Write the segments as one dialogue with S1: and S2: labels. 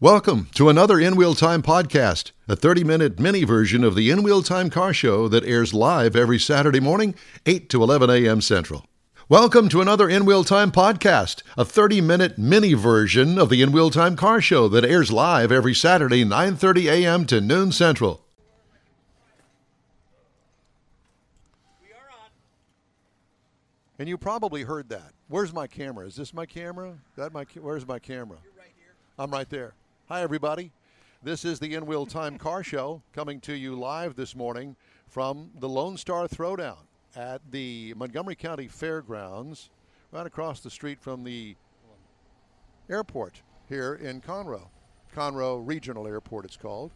S1: Welcome to another In Wheel Time podcast, a 30 minute mini version of the In Wheel Time car show that airs live every Saturday morning, 8 to 11 a.m. Central. Welcome to another In Wheel Time podcast, a 30 minute mini version of the In Wheel Time car show that airs live every Saturday, 9.30 a.m. to noon Central. And you probably heard that. Where's my camera? Is this my camera? That my ca- where's my camera? I'm right there. Hi everybody. This is the In Wheel Time Car Show coming to you live this morning from the Lone Star Throwdown at the Montgomery County Fairgrounds, right across the street from the airport here in Conroe. Conroe Regional Airport, it's called.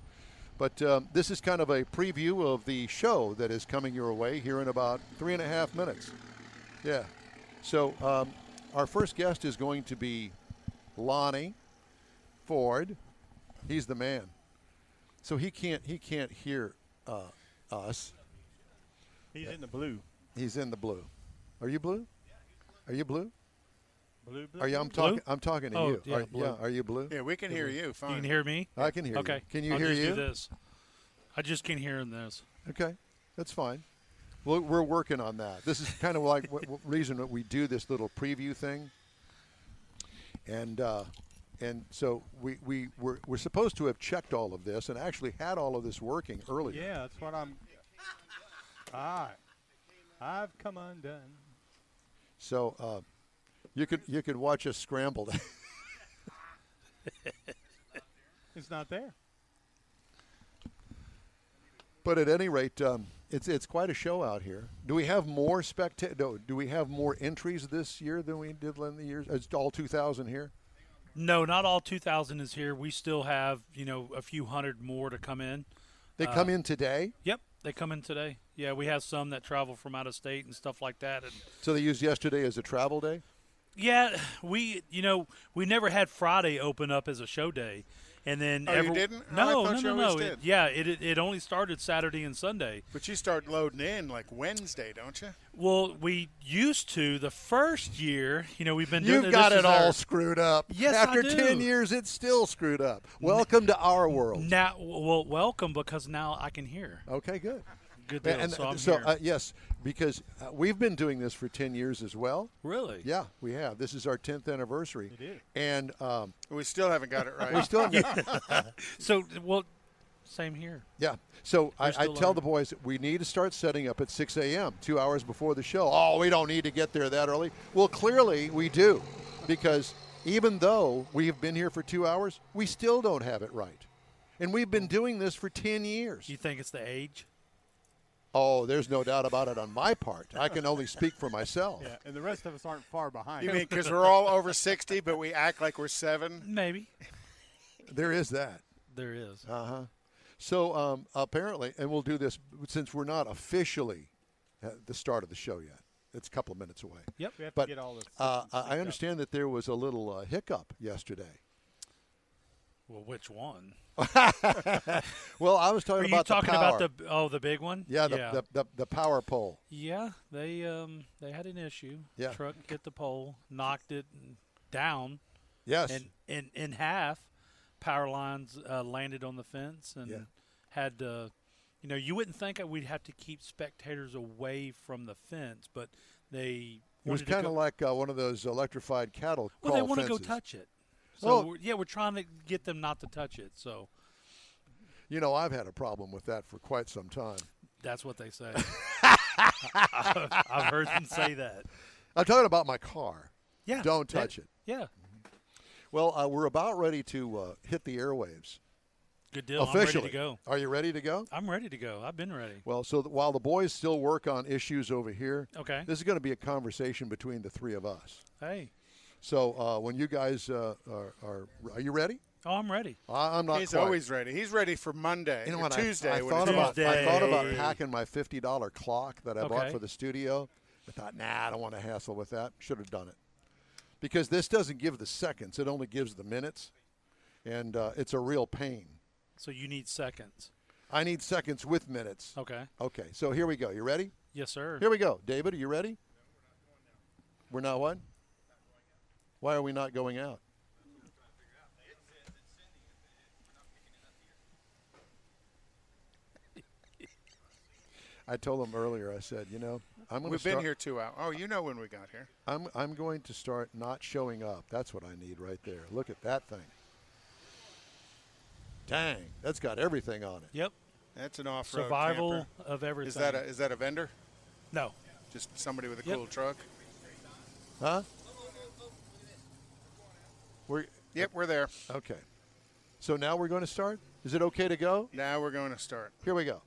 S1: But um, this is kind of a preview of the show that is coming your way here in about three and a half minutes. Yeah. So um, our first guest is going to be Lonnie Ford. He's the man. So he can't he can't hear uh, us.
S2: He's in the blue.
S1: He's in the blue. Are you blue? Are you blue?
S2: Blue, blue.
S1: Are you? I'm
S2: blue?
S1: talking. I'm talking to
S3: Oh,
S1: you.
S3: yeah,
S1: are,
S3: blue.
S1: Are you blue?
S4: Yeah, we can hear you. Fine.
S3: You can hear me?
S1: I can hear you.
S3: okay.
S1: Can you
S3: I'll
S1: hear
S3: just
S1: you?
S3: Do this. I just can't hear in this.
S1: Okay, that's fine. Well, we're working on that. This is kind of like what, what reason that we do this little preview thing. And uh, and so we we were, we're supposed to have checked all of this and actually had all of this working earlier.
S2: Yeah, that's what I'm. All right. I've come undone.
S1: So uh, you could you could watch us scramble.
S2: It's not there.
S1: but at any rate, um, it's it's quite a show out here. Do we have more specta- no, Do we have more entries this year than we did in the years? It's all two thousand here.
S3: No, not all 2,000 is here. We still have, you know, a few hundred more to come in.
S1: They come in today,
S3: Yep, they come in today. Yeah, we have some that travel from out of state and stuff like that. And
S1: so they used yesterday as a travel day.
S3: yeah, we, you know, we never had Friday open up as a show day. And then
S4: Oh, you
S3: every-
S4: didn't? Oh, I
S3: No,
S4: thought
S3: no,
S4: you
S3: no,
S4: always
S3: no. It-
S4: did.
S3: yeah, it, it it only started Saturday and Sunday.
S4: But you start loading in like Wednesday, don't you?
S3: Well, we used to the first year. You know, we've been doing
S1: You've got
S3: this
S1: it
S3: is our-
S1: all screwed up.
S3: Yes, I
S1: after
S3: do.
S1: ten years, it's still screwed up. Welcome to our world.
S3: Now, well, welcome because now I can hear.
S1: Okay, good.
S3: Good deal.
S1: And, and
S3: so I'm
S1: so
S3: here.
S1: uh, yes, because uh, we've been doing this for ten years as well.
S3: really?
S1: Yeah, we have. This is our tenth anniversary.
S2: It is.
S1: And um,
S4: We still haven't got it right.
S1: we still haven't got-
S3: So, well, same here.
S1: Yeah. So I, I
S3: still
S1: tell
S3: learning.
S1: the boys we need to start setting up at 6 a.m. two hours before the show. Oh, we don't need to get there that early. Well, clearly we do, because even though we have been here for two hours, we still don't have it right, and we've been doing this for 10 years.
S3: You think it's the age?
S1: Oh, there's no doubt about it on my part. I can only speak for myself.
S2: Yeah, and the rest of us aren't far behind.
S4: you mean because we're all over 60, but we act like we're seven?
S3: Maybe
S1: There is that.
S3: there is.
S1: Uh, So um, apparently, and we'll do this since we're not officially at the start of the show yet. It's a couple of minutes away.
S3: yep.
S2: we have
S1: but,
S2: to get all this.
S1: Uh, I I understand that there was a little uh, hiccup yesterday.
S3: Well, which one?
S1: Well, I was talking
S3: Are you
S1: about
S3: talking
S1: the power.
S3: about the oh the big one?
S1: yeah, the,
S3: yeah.
S1: The, the, the power pole.
S3: Yeah, They um they had an issue.
S1: Yeah.
S3: Truck hit the pole, knocked it down,
S1: Yes,
S3: and in in half, power lines uh, landed on the fence and
S1: Yeah.
S3: had. Uh, you know, you wouldn't think that we'd have to keep spectators away from the fence, but they
S1: it was
S3: wanted to
S1: kind
S3: go-
S1: of like uh, one of those electrified cattle.
S3: Well, they
S1: crawl
S3: want to go
S1: fences.
S3: touch it. So
S1: Oh.
S3: we're, yeah, we're trying to get them not to touch it. So
S1: You know, I've had a problem with that for quite some time.
S3: that's what they say. I've heard them say that.
S1: I'm talking about my car.
S3: Yeah.
S1: Don't
S3: that-
S1: touch it.
S3: Yeah.
S1: Well, uh, we're about ready to uh, hit the airwaves
S3: Good deal.
S1: officially.
S3: I'm ready to go.
S1: Are you ready to go?
S3: I'm ready to go. I've been ready.
S1: Well, so that while the boys still work on issues over here,
S3: Okay.
S1: this is going to be a conversation between the three of us.
S3: Hey.
S1: So uh, when you guys uh, are, are are you ready?
S3: Oh, I'm ready.
S1: I, I'm not.
S4: He's
S1: quite.
S4: always ready. He's ready for Monday.
S1: You know
S4: or
S1: what? I-
S4: Tuesday.
S1: I,
S4: when
S1: thought
S4: it's
S1: about I thought about
S3: Tuesday.
S1: hacking my fifty dollar clock that I bought
S3: Okay.
S1: for the studio. I thought, nah, I don't want to hassle with that. Should have done it because this doesn't give the seconds; it only gives the minutes, and uh, it's a real pain.
S3: So you need seconds.
S1: I need seconds with minutes.
S4: Oh.
S3: Okay.
S1: Okay, so here we go. You ready?
S3: Yes, sir.
S1: Here we go. David, are you ready? We're not what? Why are we not going out? I told them earlier. I said, you know, I'm going to
S4: We've
S1: start,
S4: been here two hours. Oh, you know when we got here.
S1: I'm I'm going to start not showing up. That's what I need right there. Look at that thing. Dang, that's got everything on it.
S3: Yep.
S4: That's an off-road
S3: Survival
S4: camper.
S3: of everything.
S4: Is that a is that a vendor?
S3: no?
S4: Just somebody with a
S3: Yep.
S4: cool truck.
S1: Huh? We're
S4: Yep, we're there.
S1: okay. So now we're going to start. Is it okay to go?
S4: Now we're going to start.
S1: Here we go.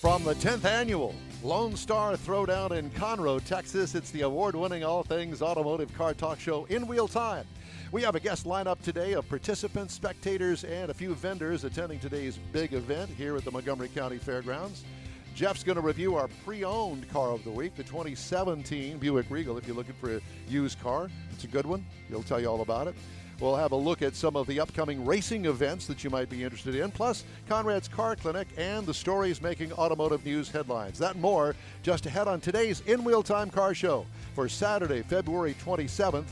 S1: From the 10th annual Lone Star Throwdown in Conroe, Texas, it's the award winning All Things Automotive Car Talk Show in real time. We have a guest lineup today of participants, spectators, and a few vendors attending today's big event here at the Montgomery County Fairgrounds. Jeff's going to review our pre owned car of the week, the 2017 Buick Regal. If you're looking for a used car, it's a good one. He'll tell you all about it. We'll have a look at some of the upcoming racing events that you might be interested in, plus Conrad's Car Clinic and the stories making automotive news headlines. That and more just ahead on today's In Wheel Time Car Show for Saturday, February 27th.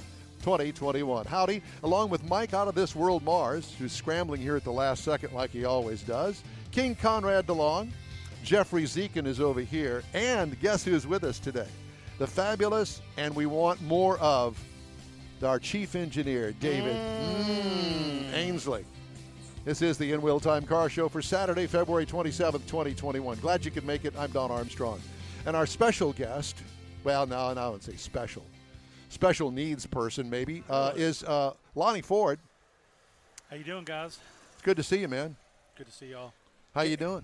S1: 2021. Howdy, along with Mike out of this world Mars, who's scrambling here at the last second like he always does, King Conrad DeLong, Jeffrey Zekin is over here, and guess who's with us today? The fabulous, and we want more of, our chief engineer, David mm, Ainsley. This is the In Wheel Time Car Show for Saturday, February 27th, 2021. Glad you could make it. I'm Don Armstrong. And our special guest, well, no, no, I wouldn't say special, special needs person maybe, uh, is uh, Lonnie Ford.
S3: How you doing, guys?
S1: It's good to see you, man.
S3: Good to see y'all.
S1: How you doing?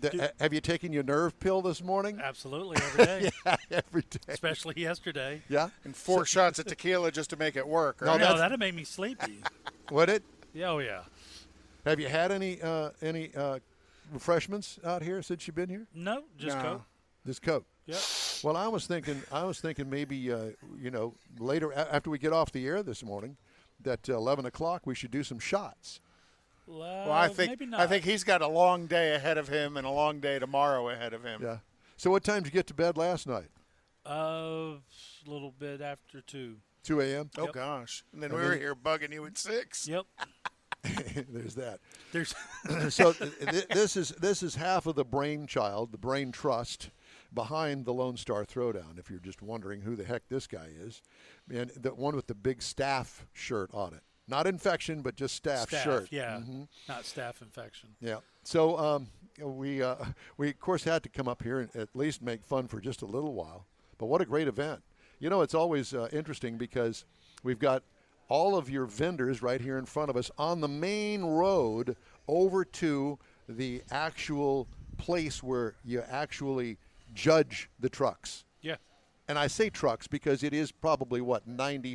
S1: Th-
S3: Dude.
S1: ha- have you taken your nerve pill this morning?
S3: Absolutely, every day,
S1: Every day.
S3: especially yesterday.
S1: Yeah?
S4: And four shots of tequila just to make it work.
S1: Oh,
S4: Right?
S3: no,
S1: that's-
S3: that'd make me sleepy.
S1: Would it?
S3: yeah, oh yeah.
S1: Have you had any uh, any uh, refreshments out here since you've been here?
S3: No, just
S4: No.
S3: go.
S1: This Coke.
S3: Yep.
S1: Well, I was thinking, I was thinking maybe uh, you know later a- after we get off the air this morning, that uh, eleven o'clock we should do some shots.
S4: Well,
S1: Uh,
S4: I think
S3: maybe not.
S4: I think he's got a long day ahead of him and a long day tomorrow ahead of him.
S1: Yeah. So what time did you get to bed last night?
S3: Uh, a little bit after two.
S1: Two a.m.
S4: Oh
S3: Yep.
S4: gosh. And then
S1: And
S4: we were
S1: then-
S4: here bugging you at six.
S3: Yep.
S1: There's that.
S3: There's
S1: so th- th- this is this is half of the brainchild, the brain trust behind the Lone Star Throwdown. If you're just wondering who the heck this guy is, and the one with the big staff shirt on it, not infection, but just staff,
S3: staff.
S1: shirt.
S3: Yeah.
S4: Mm-hmm.
S3: Not staff infection.
S1: Yeah. So um, we uh, we of course had to come up here and at least make fun for just a little while. But what a great event! You know, it's always uh, interesting because we've got all of your vendors right here in front of us on the main road over to the actual place where you actually judge the trucks.
S3: Yeah.
S1: And I say trucks because it is probably what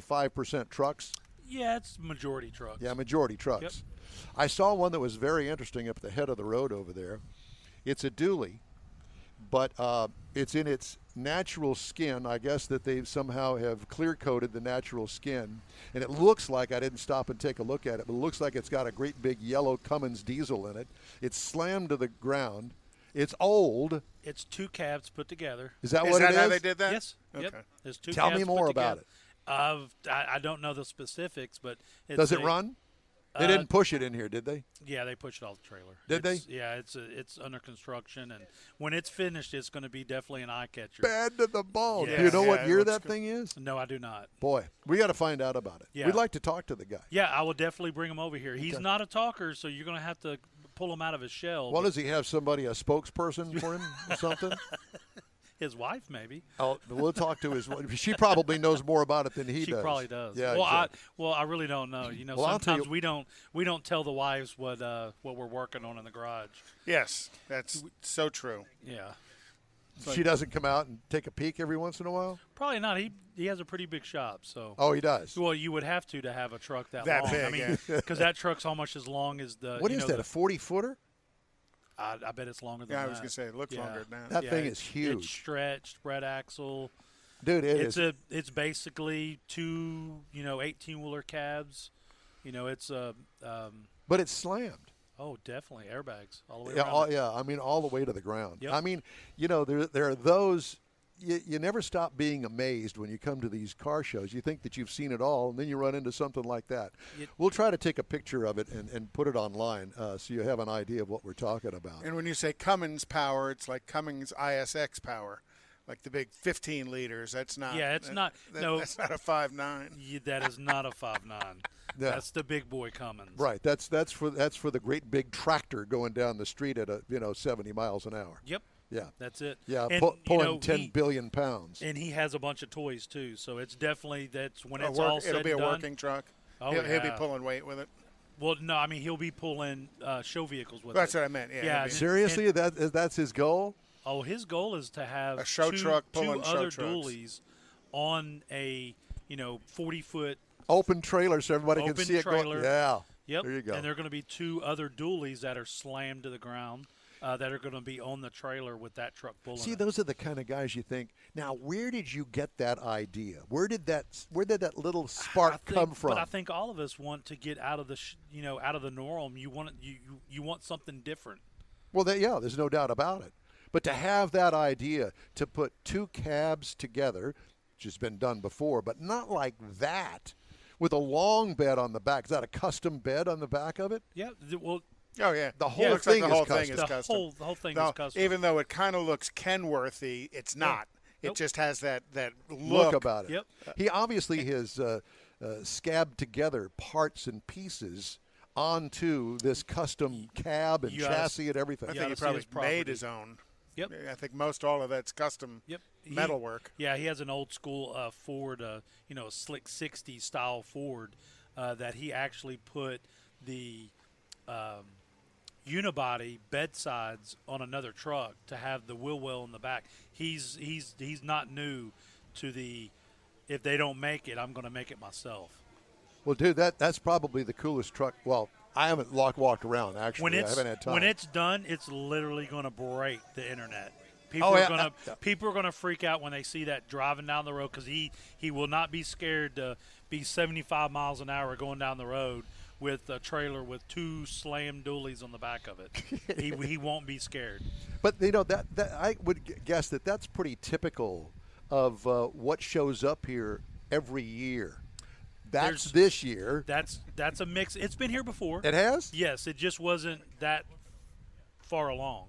S1: 95% trucks.
S3: Yeah, it's majority trucks.
S1: Yeah, majority trucks. I saw one that was very interesting up at the head of the road over there. It's a dually, but uh, it's in its natural skin. I guess that they somehow have clear coated the natural skin, and it looks like I didn't stop and take a look at it, but it looks like it's got a great big yellow Cummins diesel in it. It's slammed to the ground. It's old.
S3: It's two cabs put together.
S1: Is that
S4: Is
S1: what
S4: that
S1: it
S4: how
S1: is?
S4: they did that?
S3: Yes.
S4: Okay.
S3: Yep. There's two.
S1: Tell me
S3: cabs put
S1: more about
S3: together. I've, I, I don't know the specifics, but it's
S1: Does it
S3: a-
S1: run? They
S3: Uh,
S1: didn't push it in here, did they?
S3: Yeah, they pushed it off the trailer.
S1: Did
S3: It's-
S1: they?
S3: Yeah, it's a, it's under construction, and when it's finished, it's going to be definitely an eye catcher.
S1: Bad to the bone.
S3: Yeah.
S1: Do you know
S4: Yeah,
S1: what
S4: it
S1: year
S4: looks
S1: that
S4: good.
S1: thing is?
S3: No, I do not.
S1: Boy, we got to find out about it.
S3: Yeah.
S1: We'd like to talk to the guy.
S3: Yeah, I will definitely bring him over here. He's not a talker, so you're going to have to pull him out of his shell.
S1: Well, does he have somebody, a spokesperson for him or something?
S3: his wife, maybe.
S1: Oh, we'll talk to his. She probably knows more about it than he
S3: she
S1: does.
S3: probably does.
S1: Yeah.
S3: well,
S1: exactly.
S3: I well, I really don't know. You know,
S1: Well, I'll tell you-
S3: sometimes we don't we don't tell the wives what uh, what we're working on in the garage.
S4: Yes. That's so true.
S3: Yeah,
S1: she doesn't come out and take a peek every once in a while.
S3: probably not. He he has a pretty big shop, so.
S1: Oh, he does.
S3: Well, uh, you would have to to have a truck that,
S4: That
S3: long. I
S4: big,
S3: mean, because that truck's almost as long as the.
S1: What
S3: you
S1: is
S3: know,
S1: that?
S3: the-
S1: A forty footer?
S3: I, I bet it's longer than
S4: Yeah, I
S3: that.
S4: was gonna say it looks
S3: Yeah.
S4: longer than that.
S1: That thing
S3: it-
S1: is huge.
S3: It's stretched, red axle.
S1: Dude, it
S3: it's
S1: is.
S3: a it's basically two you know eighteen wheeler cabs. You know it's a um,
S1: but it's slammed.
S3: oh definitely airbags all the way
S1: Yeah,
S3: around.
S1: all, yeah. I mean, all the way to the ground.
S3: Yep.
S1: I mean, you know, there there are those you, you never stop being amazed when you come to these car shows. You think that you've seen it all, and then you run into something like that.
S3: It-
S1: we'll try to take a picture of it and, and put it online uh, so you have an idea of what we're talking about.
S4: And when you say Cummins power, it's like Cummins ISX power, like the big 15 liters. That's not.
S3: Yeah, it's
S4: that-
S3: not-
S4: that-
S3: no.
S4: that's not a five nine.
S3: Ye- that is not a five nine.
S1: No.
S3: That's the big boy Cummins.
S1: Right. That's that's for that's for the great big tractor going down the street at a you know 70 miles an hour.
S3: Yep.
S1: Yeah.
S3: That's it.
S1: Yeah.
S3: And,
S1: pu-
S3: you know,
S1: pulling ten
S3: he-
S1: billion pounds.
S3: And he has a bunch of toys too, so it's definitely that's when
S4: A
S3: it's
S4: work-
S3: all said
S4: it'll be a
S3: and done.
S4: working truck.
S3: Oh,
S4: he'll, he'll be
S3: yeah.
S4: pulling weight with it.
S3: Well, no, I mean he'll be pulling uh, show vehicles with.
S4: That's
S3: it.
S4: what I meant.
S3: Yeah,
S4: Yeah, it'll be-
S3: and-
S1: Seriously, that is- that's his goal.
S3: Oh, his goal is to have
S4: A show
S3: two,
S4: truck
S3: two
S4: pulling show
S3: other
S4: trucks.
S3: dualies on a you know forty foot.
S1: Open trailer so everybody can
S3: Open
S1: see it. going-
S3: trailer.
S1: yeah.
S3: Yep.
S1: There you go.
S3: And there are going to be two other dualies that are slammed to the ground uh, that are going to be on the trailer with that truck pulling.
S1: See,
S3: it.
S1: those are the kind of guys you think. Now, where did you get that idea? Where did that where did that little spark
S3: I think-
S1: come from?
S3: But I think all of us want to get out of the sh- you know out of the norm. You want you you, you want something different.
S1: Well, that, yeah, there's no doubt about it. But to have that idea to put two cabs together, which has been done before, but not like that, with a long bed on the back. Is that a custom bed on the back of it?
S3: Yeah. th- well,
S4: Oh yeah,
S1: The whole
S4: Looks like
S1: thing
S4: the
S1: is
S4: whole
S1: custom.
S4: thing is
S3: the
S4: custom.
S3: whole the whole thing
S4: No,
S3: is custom.
S4: Even though it kind of looks Kenworthy, it's not. It
S3: Nope.
S4: just has that that
S1: Look
S4: look,
S1: about it.
S3: Yep.
S1: He obviously has uh, uh, scabbed together parts and pieces onto this custom cab and
S3: You gotta s-
S1: chassis and everything.
S4: I
S3: You
S4: think
S3: oughta
S4: he
S3: see
S4: probably
S3: his property.
S4: made his own.
S3: Yep.
S4: I think most all of that's custom
S3: Yep. He-
S4: metal work.
S3: Yeah, he has an old school uh, Ford, uh, you know, a slick 60 style Ford uh, that he actually put the um, unibody bedsides on another truck to have the wheel well in the back. He's he's he's not new to the if they don't make it, I'm going to make it myself.
S1: Well, dude, that that's probably the coolest truck. Well, I haven't lock walked around actually.
S3: When
S1: I
S3: it's
S1: haven't had time.
S3: when it's done, it's literally going to break the internet. People
S1: Oh,
S3: are
S1: yeah,
S3: going
S1: uh,
S3: to people are going to freak out when they see that driving down the road because he he will not be scared to be 75 miles an hour going down the road with a trailer with two slam dualies on the back of it. he he won't be scared.
S1: But you know that, that I would g- guess that that's pretty typical of uh, what shows up here every year. That's
S3: There's-
S1: this year.
S3: That's that's a mix. It's been here before.
S1: it has.
S3: yes, it just wasn't that far along.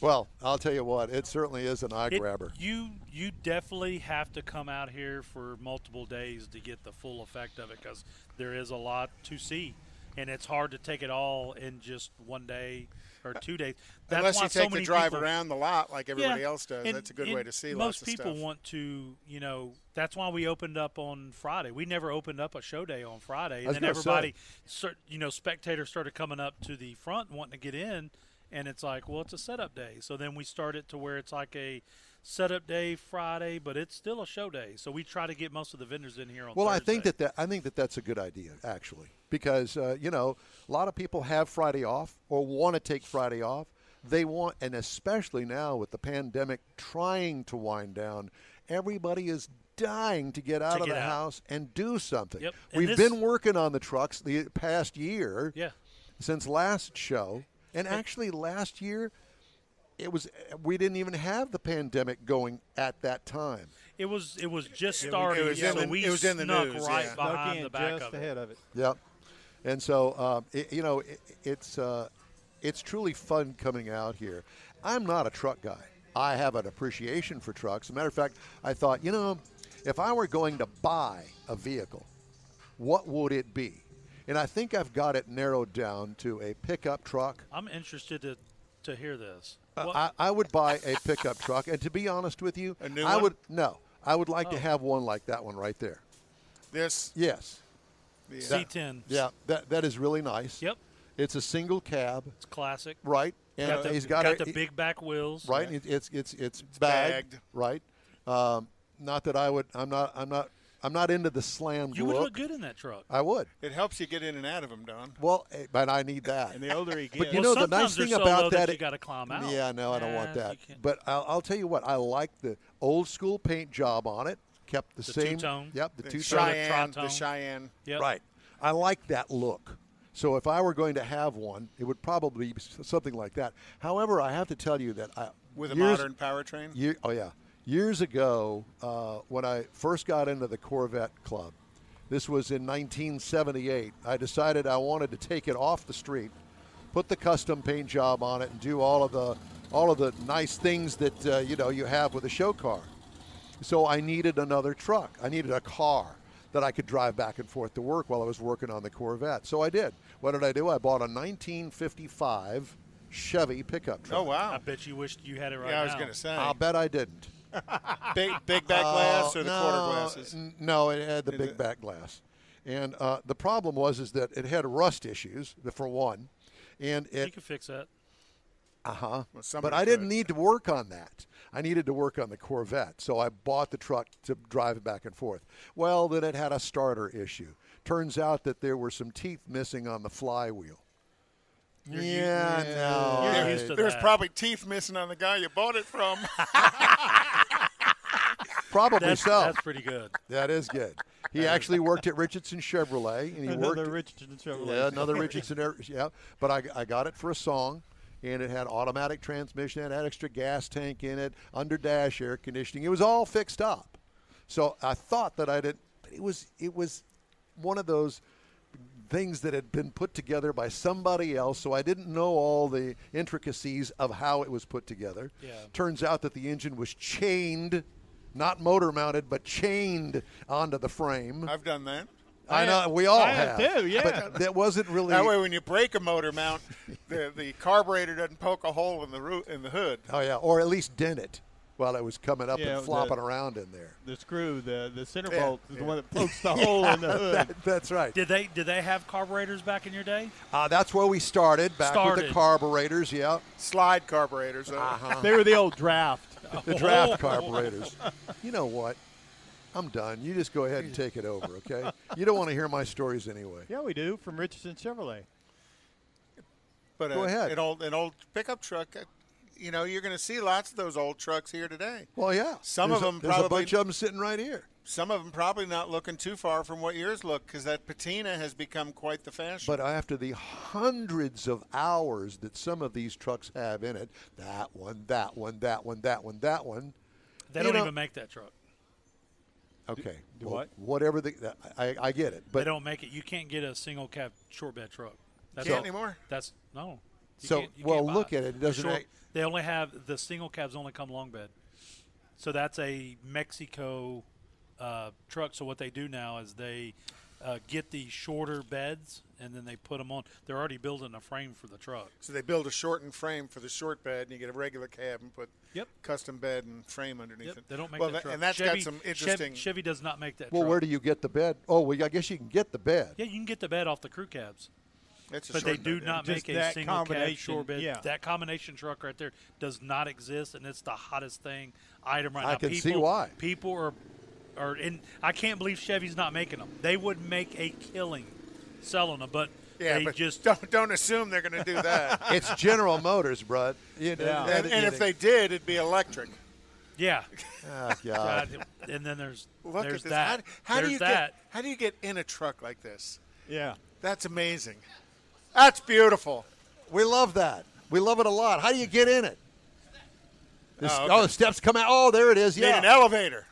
S1: Well, I'll tell you what. It certainly is an eye
S3: It-
S1: grabber.
S3: You you definitely have to come out here for multiple days to get the full effect of it because there is a lot to see, and it's hard to take it all in just one day or two days. That's
S4: Uh, Unless
S3: why
S4: you
S3: so
S4: take the
S3: many
S4: drive
S3: people-
S4: around the lot like everybody
S3: Yeah,
S4: else does,
S3: and-
S4: that's a good
S3: and
S4: way to see
S3: Most
S4: lots of
S3: people
S4: stuff.
S3: want to, you know, that's why we opened up on Friday. We never opened up a show day on Friday,
S1: I was
S3: and then
S1: gonna say.
S3: everybody, start, you know, spectators started coming up to the front wanting to get in, and it's like, well, it's a setup day. So then we started to where it's like a setup day Friday, but it's still a show day. So we try to get most of the vendors in here on.
S1: Well, I think
S3: Thursday.
S1: that, that I think that that's a good idea actually, because uh, you know a lot of people have Friday off or want to take Friday off. They want, and especially now with the pandemic trying to wind down, everybody is dying to get out of
S3: get
S1: the
S3: out.
S1: house and do something.
S3: Yep, and
S1: We've
S3: this-
S1: been working on the trucks the past year,
S3: Yeah.
S1: since last show, and actually last year. It was we didn't even have the pandemic going at that time.
S3: It was it was just
S4: we- it
S3: starting,
S4: was in
S3: so
S4: the-
S3: we
S4: it was in the
S3: snuck
S4: news,
S3: right
S4: yeah.
S2: Snuck
S3: behind
S2: in
S3: the back
S2: just
S3: of it.
S2: ahead of it.
S1: Yep. And so, um, it, you know, it, it's uh, it's truly fun coming out here. I'm not a truck guy. I have an appreciation for trucks. As a matter of fact, I thought, you know, if I were going to buy a vehicle, what would it be? And I think I've got it narrowed down to a pickup truck.
S3: I'm interested to to hear this. What-
S1: I, I would buy a pickup truck, and to be honest with you,
S4: A new
S1: I
S4: one? Oh.
S1: would no. I would like to have one like that one right there.
S4: This,
S1: Yes.
S4: the,
S3: C10.
S1: Yeah. That that is really nice.
S3: Yep.
S1: It's a single cab.
S3: It's classic.
S1: Right. And
S3: Got the,
S1: he's got, a,
S3: the big back wheels.
S1: right.
S4: Yeah.
S1: it- It's it's it's, bagged,
S4: bagged.
S1: Right. Um, not that I would. I'm not. I'm not. I'm not into the slammed
S3: You would
S1: look.
S3: look good in that truck.
S1: I would.
S4: it helps you get in and out of them, Don.
S1: Well, eh, but I need that.
S4: And the older he
S1: But
S4: gets,
S1: you
S3: Well,
S1: know the nice
S3: sometimes they're
S1: thing
S3: so
S1: about
S3: low
S1: that.
S3: that you gotta climb out.
S1: Yeah. No, I don't want
S3: Nah,
S1: that.
S3: you can't.
S1: But I'll, I'll tell you what. I like the old school paint job on it. Kept the,
S3: The
S1: same.
S3: two-tone.
S1: Yep. The
S4: the
S1: two tone.
S4: Cheyenne, the
S3: tri-tone.
S4: Cheyenne.
S3: Yep.
S1: Right. I like that look. So if I were going to have one, it would probably be s- something like that. However, I have to tell you that I
S4: With a
S1: years-
S4: modern powertrain,
S1: Ye- oh yeah, years ago uh, when I first got into the Corvette Club. This was in 1978. I decided I wanted to take it off the street, put the custom paint job on it, and do all of the all of the nice things that uh, you know you have with a show car. So I needed another truck. I needed a car that I could drive back and forth to work while I was working on the Corvette. So I did. What did I do? I bought a 1955 Chevy pickup truck.
S4: Oh wow!
S3: I bet you wished you had it right
S4: yeah, I was
S3: now.
S4: gonna say
S1: I'll bet I didn't.
S4: big big back glass
S1: Uh,
S4: or the
S1: no,
S4: quarter glasses.
S1: n- No, it had the
S4: Is
S1: big
S4: it-
S1: back glass, and uh, the problem was is that it had rust issues for one, and
S3: You
S1: it
S3: can fix that.
S4: Well,
S1: but
S4: somebody
S1: I didn't
S4: could.
S1: need to work on that. I needed to work on the Corvette, so I bought the truck to drive it back and forth. Well, then it had a starter issue. Turns out that there were some teeth missing on the flywheel.
S3: You're used-
S1: yeah, no.
S3: you're
S1: I-
S3: used to
S4: There was
S3: that.
S4: probably teeth missing on the guy you bought it from.
S1: probably
S3: That's,
S1: so.
S3: that's pretty good.
S1: That is good. He actually worked at Richardson Chevrolet, and he
S2: Another
S1: worked
S2: Richardson Chevrolet.
S1: Yeah, another Richardson. Air- Yeah, but I, I got it for a song, and it had automatic transmission, it had extra gas tank in it, under dash air conditioning. It was all fixed up. So I thought that I did. But it was it was one of those things that had been put together by somebody else. So I didn't know all the intricacies of how it was put together.
S3: Yeah.
S1: Turns out that the engine was chained. Not motor mounted, but chained onto the frame.
S4: I've done that.
S1: I know we all
S2: I
S1: have.
S2: have too, yeah.
S1: But that wasn't really.
S4: That way, when you break a motor mount, the the carburetor doesn't poke a hole in the root in the hood.
S1: oh yeah, or at least dent it while it was coming up
S2: Yeah,
S1: and flopping
S2: the-
S1: around in there.
S2: The screw, the the center
S4: Yeah,
S2: bolt, is the one that pokes the hole in the hood.
S1: That's right.
S3: Did they did they have carburetors back in your day?
S1: Uh, that's where we started back with
S3: Started.
S1: the carburetors. Yeah,
S4: Slide carburetors. though.
S1: Uh-huh.
S2: They were the old draft.
S1: the draft carburetors. You know what? I'm done. You just go ahead and take it over, okay? You don't want to hear my stories anyway.
S2: Yeah, we do from Richardson Chevrolet.
S4: But
S1: Go
S4: a-
S1: ahead.
S4: An old an old pickup truck. uh, You know, you're going to see lots of those old trucks here today.
S1: Well, yeah.
S4: Some
S1: There's
S4: of
S1: a,
S4: them
S1: there's
S4: probably-
S1: a bunch of them sitting right here.
S4: Some of them probably not looking too far from what yours look, because that patina has become quite the fashion.
S1: But after the hundreds of hours that some of these trucks have in it, that one, that one, that one, that one, that one.
S3: They
S1: You
S3: don't
S1: know-
S3: even make that truck.
S1: Okay.
S2: do
S1: well,
S2: what?
S1: Whatever the I, I get it,
S3: they
S1: but
S3: don't make it. You can't get a single cab short bed truck. That's
S4: Can't
S3: all-
S4: anymore?
S3: That's no. You
S1: So,
S3: can't- you
S1: well,
S3: can't buy
S1: look at it. It doesn't
S3: Short-
S1: act-
S3: they only have the single cabs only come long bed. So that's a Mexico uh, truck. So what they do now is they uh, get the shorter beds and then they put them on. They're already building a frame for the truck.
S4: so they build a shortened frame for the short bed, and you get a regular cab and put
S3: Yep.
S4: custom bed and frame underneath
S3: Yep,
S4: it.
S3: they don't make
S4: well,
S3: that truck.
S4: and that's
S3: Chevy,
S4: got some
S3: Chev-
S4: interesting.
S3: Chevy, does not make that.
S1: well,
S3: truck.
S1: where do you get the bed? Oh, well, I guess you can get the bed.
S3: Yeah, you can get the bed off the crew cabs.
S4: that's a
S3: But they
S4: short
S3: do
S4: bed, yeah.
S3: not
S2: Just
S3: make a
S2: that
S3: single cab
S2: combination,
S3: shore bed.
S2: yeah.
S3: That combination truck right there does not exist, and it's the hottest thing item right
S1: I
S3: now.
S1: can see
S3: people,
S1: why.
S3: people are are in. I can't believe Chevy's not making them. They would make a killing selling them, but
S4: Yeah,
S3: they
S4: but
S3: just
S4: don't don't assume they're going to do that.
S1: it's General Motors, bud. You know,
S2: Yeah.
S4: and, and if they did, it'd be electric.
S3: yeah.
S1: oh, God.
S3: God, and then there's
S4: Uh, Look
S3: there's
S4: at this.
S3: that.
S4: How, how
S3: there's
S4: do you
S3: that.
S4: get how do you get in a truck like this?
S2: Yeah.
S4: That's amazing. That's beautiful.
S1: we love that. We love it a lot. How do you get in it? The s-
S4: Oh,
S1: oh,
S4: okay.
S1: the steps come out. Oh, there it is.
S4: Need an
S1: Yeah,
S4: elevator.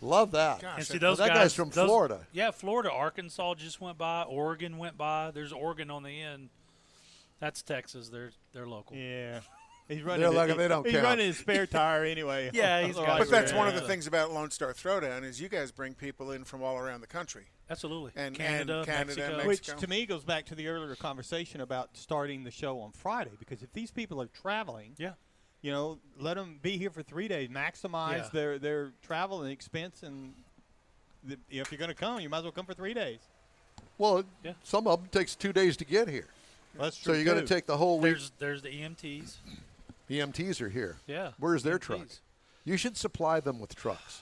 S1: love that.
S4: Gosh.
S3: And see
S1: Well,
S3: those
S1: that
S3: guys,
S1: guy's from
S3: those-
S1: Florida.
S3: Yeah, Florida, Arkansas just went by. Oregon went by. There's Oregon on the end. That's Texas. They're they're local.
S2: Yeah. He's running.
S1: They're
S2: his-
S1: like, they don't
S2: he's
S1: count.
S2: running his spare tire anyway.
S3: Yeah, he's got-
S4: But that's
S3: Yeah.
S4: one of the things about Lone Star Throwdown is you guys bring people in from all around the country.
S3: Absolutely.
S4: And-
S3: Canada,
S4: and Canada,
S3: Mexico.
S4: Mexico.
S2: Which to me goes back to the earlier conversation about starting the show on Friday because if these people are traveling,
S3: Yeah.
S2: you know, let them be here for three days, maximize
S3: Yeah.
S2: their their travel and expense, and the, you know, if you're going to come, you might as well come for three days.
S1: Well,
S3: Yeah.
S1: some of them takes two days to get here.
S2: Well, that's
S1: So
S2: true,
S1: you're going
S2: too.
S1: to take the whole week.
S3: There's there's the E EMTs.
S1: EMTs are here.
S3: Yeah,
S1: Where's their
S3: EMTs.
S1: truck? You should supply them with trucks.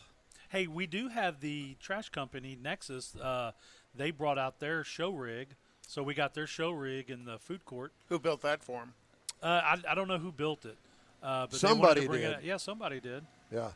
S3: Hey, we do have the trash company Nexus. Uh, they brought out their show rig, so we got their show rig in the food court.
S4: Who built that for them?
S3: Uh, I, I don't know who built it, uh, but they wanted to
S1: Somebody
S3: bring it
S1: did.
S3: out- yeah, somebody did.
S1: Yeah.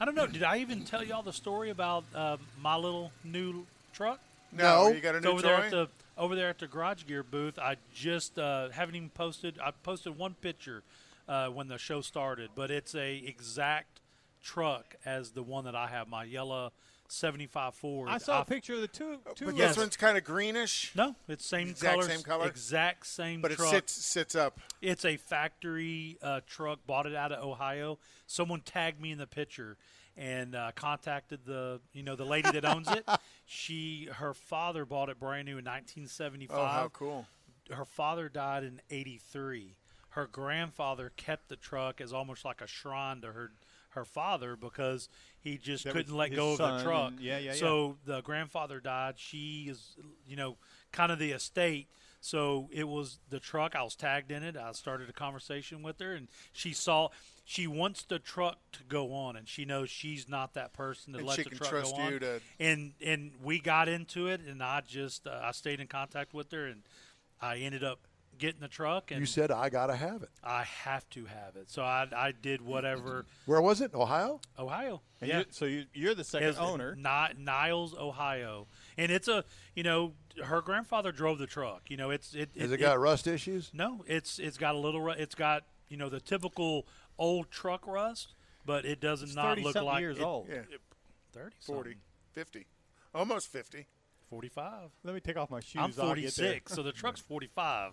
S3: I don't know. Did I even tell y'all the story about um, my little new truck?
S1: No.
S4: you got a
S3: It's
S4: new
S3: over
S4: toy.
S3: there at the over there at the Garage Gear booth. I just uh, haven't even posted. I posted one picture uh, when the show started, but it's a exact truck as the one that I have, my yellow 75 Ford.
S2: I saw a
S3: I've-
S2: picture of the two. two
S4: But
S3: Yes.
S4: this one's kind of greenish,
S3: No, it's same
S4: Exact
S3: color,
S4: same color?
S3: exact same
S4: but it
S3: truck.
S4: sits sits up.
S3: It's a factory uh, truck. Bought it out of Ohio. Someone tagged me in the picture and uh, contacted the you know the lady that owns it. She her father bought it brand new in 1975.
S4: Oh, how cool!
S3: Her father died in 83. Her grandfather kept the truck as almost like a shrine to her her father because he just
S2: That was
S3: couldn't let
S2: his
S3: go of the
S2: son
S3: truck.
S2: and- yeah, yeah, yeah.
S3: So the grandfather died. She is, you know, kind of the estate. So it was the truck. I was tagged in it. I started a conversation with her, and she saw she wants the truck to go on, and she knows she's not that person to
S4: And
S3: let
S4: she
S3: the
S4: can
S3: truck
S4: trust
S3: go on.
S4: you to-
S3: And and we got into it, and I just uh, I stayed in contact with her, and I ended up getting the truck, and
S1: You said I gotta have it.
S3: I have to have it. So I I did whatever
S1: Where was it? Ohio.
S3: Ohio.
S2: And
S3: yeah.
S2: you- so you, you're the second
S3: Is
S2: owner.
S3: Ni- Niles, Ohio, and it's a you know her grandfather drove the truck. You know it's it.
S1: Has it got rust issues?
S3: no? It's it's got a little. ru- It's got you know the typical old truck rust, but it does
S2: It's
S3: not
S2: 30
S3: look
S2: something
S3: like
S2: years
S3: it-
S2: old.
S4: Yeah,
S3: Thirty,
S4: 40,
S3: something.
S4: 50, almost fifty.
S3: 45.
S2: Let me take off my shoes.
S3: I'm
S2: I'll get there.
S3: 46, so the truck's 45.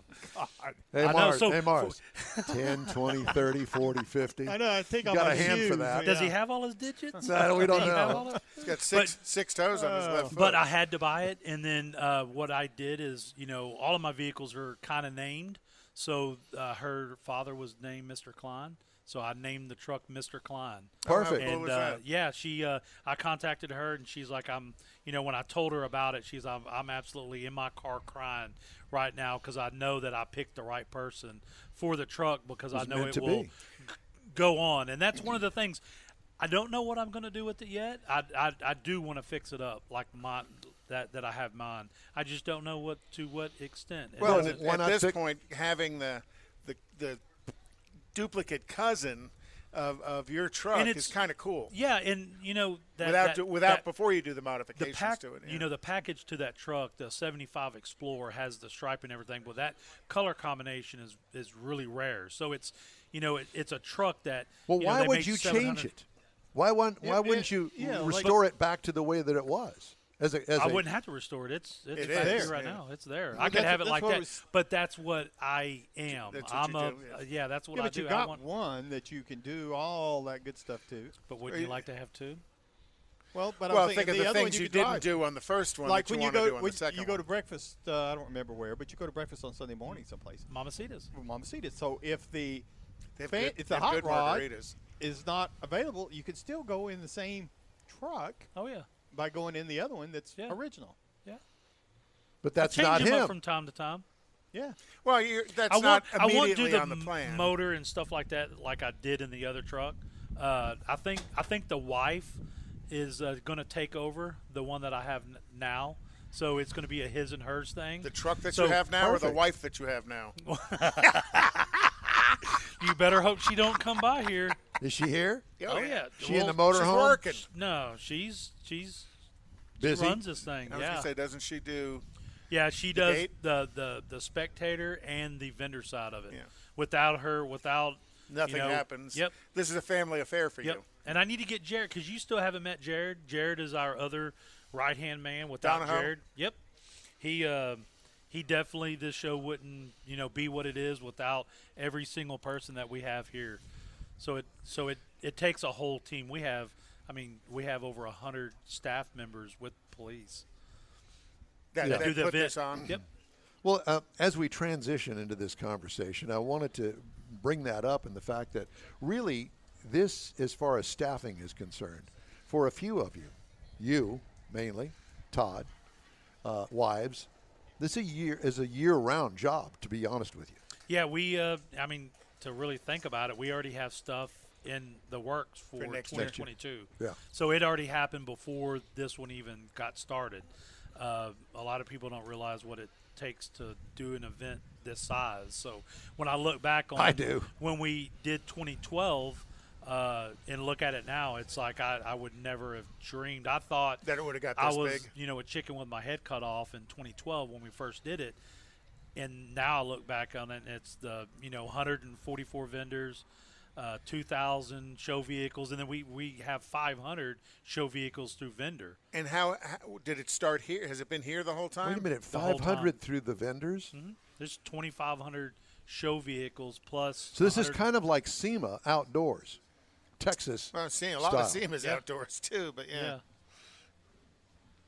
S1: Hey,
S3: I know,
S1: Mars.
S3: so-
S1: hey, Mars. 10, 20, 30, 40, 50.
S2: I know. I take
S1: You
S2: off
S1: got
S2: my
S1: a hand for
S2: shoes.
S1: that.
S3: Does he
S2: yeah.
S3: have all his digits?
S1: No, we don't
S3: Does he have
S1: know.
S3: all his-
S4: He's got six six toes on his left foot.
S3: Uh, But I had to buy it, and then uh, what I did is, you know, all of my vehicles are kind of named. So uh, her father was named Mr. Klein, so I named the truck Mr. Klein.
S1: Perfect.
S4: What
S3: And
S4: was
S3: uh,
S4: that?
S3: yeah, she, uh, I contacted her, and she's like, I'm, you know, when I told her about it, she's, I'm, I'm absolutely in my car crying right now because I know that I picked the right person for the truck because I
S1: was
S3: know
S1: meant
S3: it
S1: to
S3: will
S1: be.
S3: go on. And that's one of the things. I don't know what I'm going to do with it yet. I, I, I do want to fix it up like my that that I have mine. I just don't know what to what extent.
S4: Well,
S1: No,
S4: at,
S1: why
S4: at
S1: not
S4: this
S1: pick-
S4: point, having the the, the duplicate cousin of, of your truck
S3: And
S4: is
S3: it's-
S4: kind of cool.
S3: yeah, and you know that
S4: without
S3: that-
S4: do- without
S3: that-
S4: before you do the
S3: the
S4: modifications
S3: pack,
S4: to it. yeah.
S3: you know, the package to that truck, the '75 Explorer has the stripe and everything, but that color combination is is really rare. So it's, you know, it, it's a truck that.
S1: Well,
S3: know,
S1: why
S3: they
S1: would
S3: make
S1: you
S3: 700
S1: change it? Why wouldn't
S2: Yeah,
S1: Why wouldn't
S2: yeah,
S1: you
S2: yeah, like-
S1: restore it back to the way that it was? As a, as
S3: I
S1: a-
S3: wouldn't have to restore it. It's it's
S4: It
S3: right
S4: is,
S3: there right
S4: yeah.
S3: now. It's there. I could
S2: that's-
S3: have it
S2: that's
S3: like
S2: what
S3: that.
S2: was-
S3: but that's what I am.
S4: That's what
S3: I'm
S4: you
S3: a
S4: do, yeah.
S3: uh, yeah. That's what
S2: Yeah,
S3: I
S2: but
S3: do.
S2: you
S3: I
S2: got
S3: want,
S2: one that you can do all that good stuff to.
S3: but wouldn't you like to have two?
S2: Well, but
S4: well,
S2: I'm
S4: think
S2: thinking
S4: of
S2: the,
S4: the
S2: other one
S4: things you
S2: could
S4: didn't
S2: drive.
S4: do on the first one.
S2: Like
S4: that you
S2: when you
S4: wanna
S2: go,
S4: do on
S2: when
S4: the second
S2: you go to
S4: one.
S2: breakfast. Uh, I don't remember where, but you go to breakfast on Sunday morning someplace.
S3: Mamacitas.
S2: from Mama Cita's. So if the
S4: They have
S2: fan-
S4: good-
S2: if the
S4: they have
S2: hot
S4: good
S2: rod
S4: margaritas.
S2: is not available, you can still go in the same truck
S3: Oh yeah,
S2: by going in the other one that's
S3: Yeah.
S2: original.
S3: yeah.
S1: but that's
S3: Change
S1: not
S3: them up
S1: him.
S3: from time to time.
S2: Yeah.
S4: well, you're, that's
S3: I
S4: not
S3: won't, I
S4: immediately
S3: won't do the,
S4: on the plan.
S3: motor and stuff like that, like I did in the other truck. Uh, I think I think the wife is uh, going to take over the one that I have n- now, so it's going to be a his and hers thing.
S4: the truck that
S3: So Oh,
S4: you have now, or the
S1: perfect.
S4: wife that you have now.
S3: You better hope she don't come by here.
S1: Is she here?
S3: Oh, yeah.
S1: She in the
S3: Well,
S1: motorhome.
S4: She's working.
S3: No, she's she's
S1: Busy.
S3: runs this thing.
S4: I was
S3: yeah,
S4: gonna say, doesn't she do?
S3: yeah, she does
S4: gate?
S3: the, the the spectator and the vendor side of it.
S4: Yeah.
S3: Without her, without you
S4: Nothing
S3: know-
S4: happens.
S3: Yep,
S4: This is a family affair for
S3: yep.
S4: you.
S3: And I need to get Jared because you still haven't met Jared. Jared is our other right hand man. Without
S4: Donahoe?
S3: Jared, yep, he. Uh, he definitely this show wouldn't you know be what it is without every single person that we have here so it so it it takes a whole team we have i mean we have over 100 staff members with police
S4: That,
S1: Yeah.
S4: that
S3: do the
S4: put
S3: event.
S4: this on.
S3: Yep.
S1: Well, uh, as we transition into this conversation, I wanted to bring that up and the fact that really, this, as far as staffing is concerned, for a few of you, you mainly, Todd, uh, wives, this a year is a year-round job. To be honest with you,
S3: Yeah, we. Uh, I mean, to really think about it, we already have stuff in the works for,
S4: next year.
S3: 2022.
S1: Yeah.
S3: So it already happened before this one even got started. Uh, a lot of people don't realize what it takes to do an event this size. So when I look back on,
S1: I do.
S3: when we did 2012. Uh, and look at it now. It's like I, I would never have dreamed. I thought
S4: That it would've got
S3: I
S4: this
S3: was,
S4: big.
S3: you know, a chicken with my head cut off in 2012 when we first did it and now I look back on it, and it's the you know 144 vendors, uh, 2,000 show vehicles, and then we, we have 500 show vehicles through vendor.
S4: And how, how did it start here? Has it been here the whole time?
S1: Wait a minute,
S3: The whole
S1: five
S3: time. Mm-hmm.
S1: hundred through the vendors.
S3: There's 2,500 show vehicles plus.
S1: So this is
S3: 100
S1: kind of like SEMA outdoors, Texas.
S4: Well, I'm seeing a lot of
S1: style.
S4: SEMAs
S3: Yeah.
S4: outdoors too, but yeah.
S3: yeah,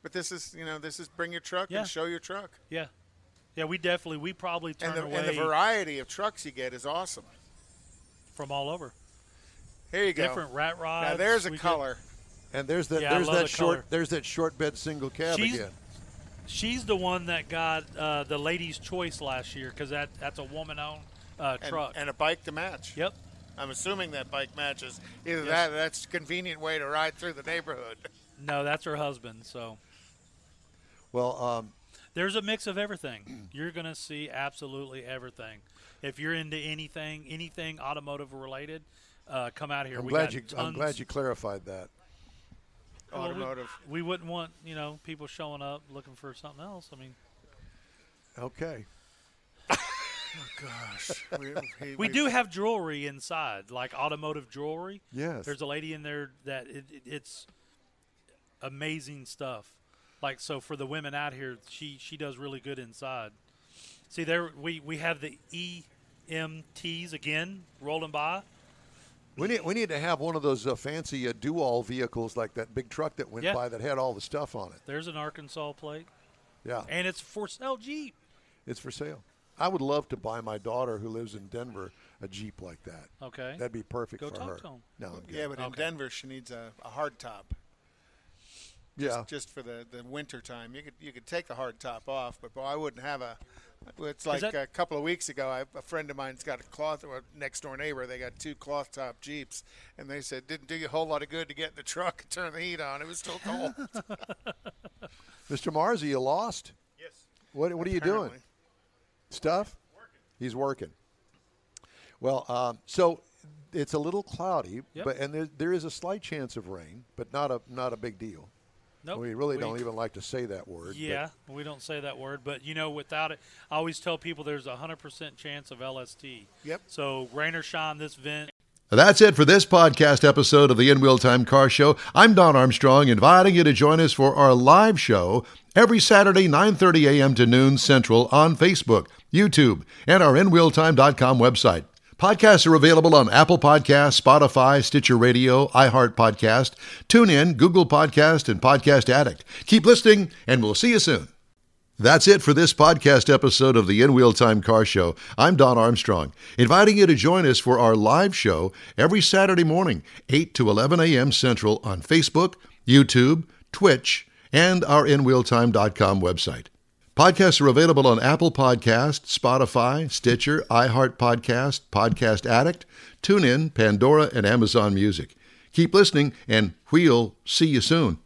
S4: But this is, you know, this is bring your truck
S3: Yeah.
S4: and show your truck.
S3: yeah, yeah. We definitely we probably turn
S4: And the,
S3: away
S4: and the variety of trucks you get is awesome.
S3: from all over.
S4: Here you go.
S3: Different rat rods.
S4: Now there's a
S3: we did-
S4: color.
S1: And there's that
S3: Yeah, I
S1: there's
S3: love
S1: that
S3: the
S1: short
S3: color.
S1: there's that short bed single cab
S3: She's-
S1: again.
S3: She's the one that got uh, the ladies' choice last year because that that's a woman-owned uh,
S4: and,
S3: truck.
S4: and a bike to match.
S3: yep.
S4: I'm assuming that bike matches. Either
S3: Yes.
S4: that, or that's a convenient way to ride through the neighborhood.
S3: No, that's her husband. So
S1: Well, um,
S3: there's a mix of everything. You're gonna see absolutely everything. If you're into anything, anything automotive related, uh, come out here.
S1: I'm
S3: we
S1: glad
S3: got
S1: you I'm
S3: tons-
S1: glad you clarified that.
S3: Well, we-
S4: Automotive.
S3: We, wouldn't want you know people showing up looking for something else. I mean,
S1: Okay.
S4: Gosh, we, we-
S3: we
S4: we-
S3: do have jewelry inside, like automotive jewelry.
S1: Yes.
S3: There's a lady in there that it, it, it's amazing stuff. Like so for the women out here, she she does really good inside. See there we we have the EMTs again rolling by.
S1: We need we need to have one of those uh, fancy uh, do-all vehicles like that big truck that went
S3: Yeah.
S1: by that had all the stuff on it.
S3: There's an Arkansas plate,
S1: Yeah.
S3: and it's for sale Jeep.
S1: It's for sale. I would love to buy my daughter who lives in Denver a Jeep like that.
S3: Okay.
S1: That'd be perfect
S3: Go
S1: for
S3: talk
S1: her.
S3: to 'em.
S1: No, I'm good.
S4: Yeah, but in
S3: Okay.
S4: Denver, she needs a, a hard top
S1: yeah.
S4: just for the, the winter time. You could you could take a hard top off, but boy, I wouldn't have a. It's like
S3: that-
S4: a couple of weeks ago, I, a friend of mine's got a cloth or next door neighbor. They got two cloth top jeeps, and they said didn't do you a whole lot of good to get in the truck and turn the heat on. It was still cold.
S1: Mr. Marzi, you lost?
S4: yes.
S1: What what are you doing?
S4: Apparently.
S1: Stuff? He's working. Well, um, so it's a little cloudy,
S3: Yep.
S1: but and there, there is a slight chance of rain, but not a not a big deal.
S3: Nope.
S1: We really don't even like to say that word. but-
S3: Yeah, we don't say that word, but you know, without it, I always tell people there's a hundred percent chance of LST.
S4: Yep.
S3: So rain or shine, this vent
S5: That's it for this podcast episode of the In Wheel Time Car Show. I'm Don Armstrong, inviting you to join us for our live show every Saturday, 9.30 a.m. to noon Central on Facebook, YouTube, and our InWheelTime.com website. Podcasts are available on Apple Podcasts, Spotify, Stitcher Radio, iHeart Podcast, TuneIn, Google Podcast, and Podcast Addict. Keep listening, and we'll see you soon. That's it for this podcast episode of the In Wheel Time Car Show. I'm Don Armstrong, inviting you to join us for our live show every Saturday morning, 8 to 11 a.m. Central on Facebook, YouTube, Twitch, and our InWheelTime.com website. Podcasts are available on Apple Podcasts, Spotify, Stitcher, iHeart Podcast, Podcast Addict, TuneIn, Pandora, and Amazon Music. Keep listening, and we'll see you soon.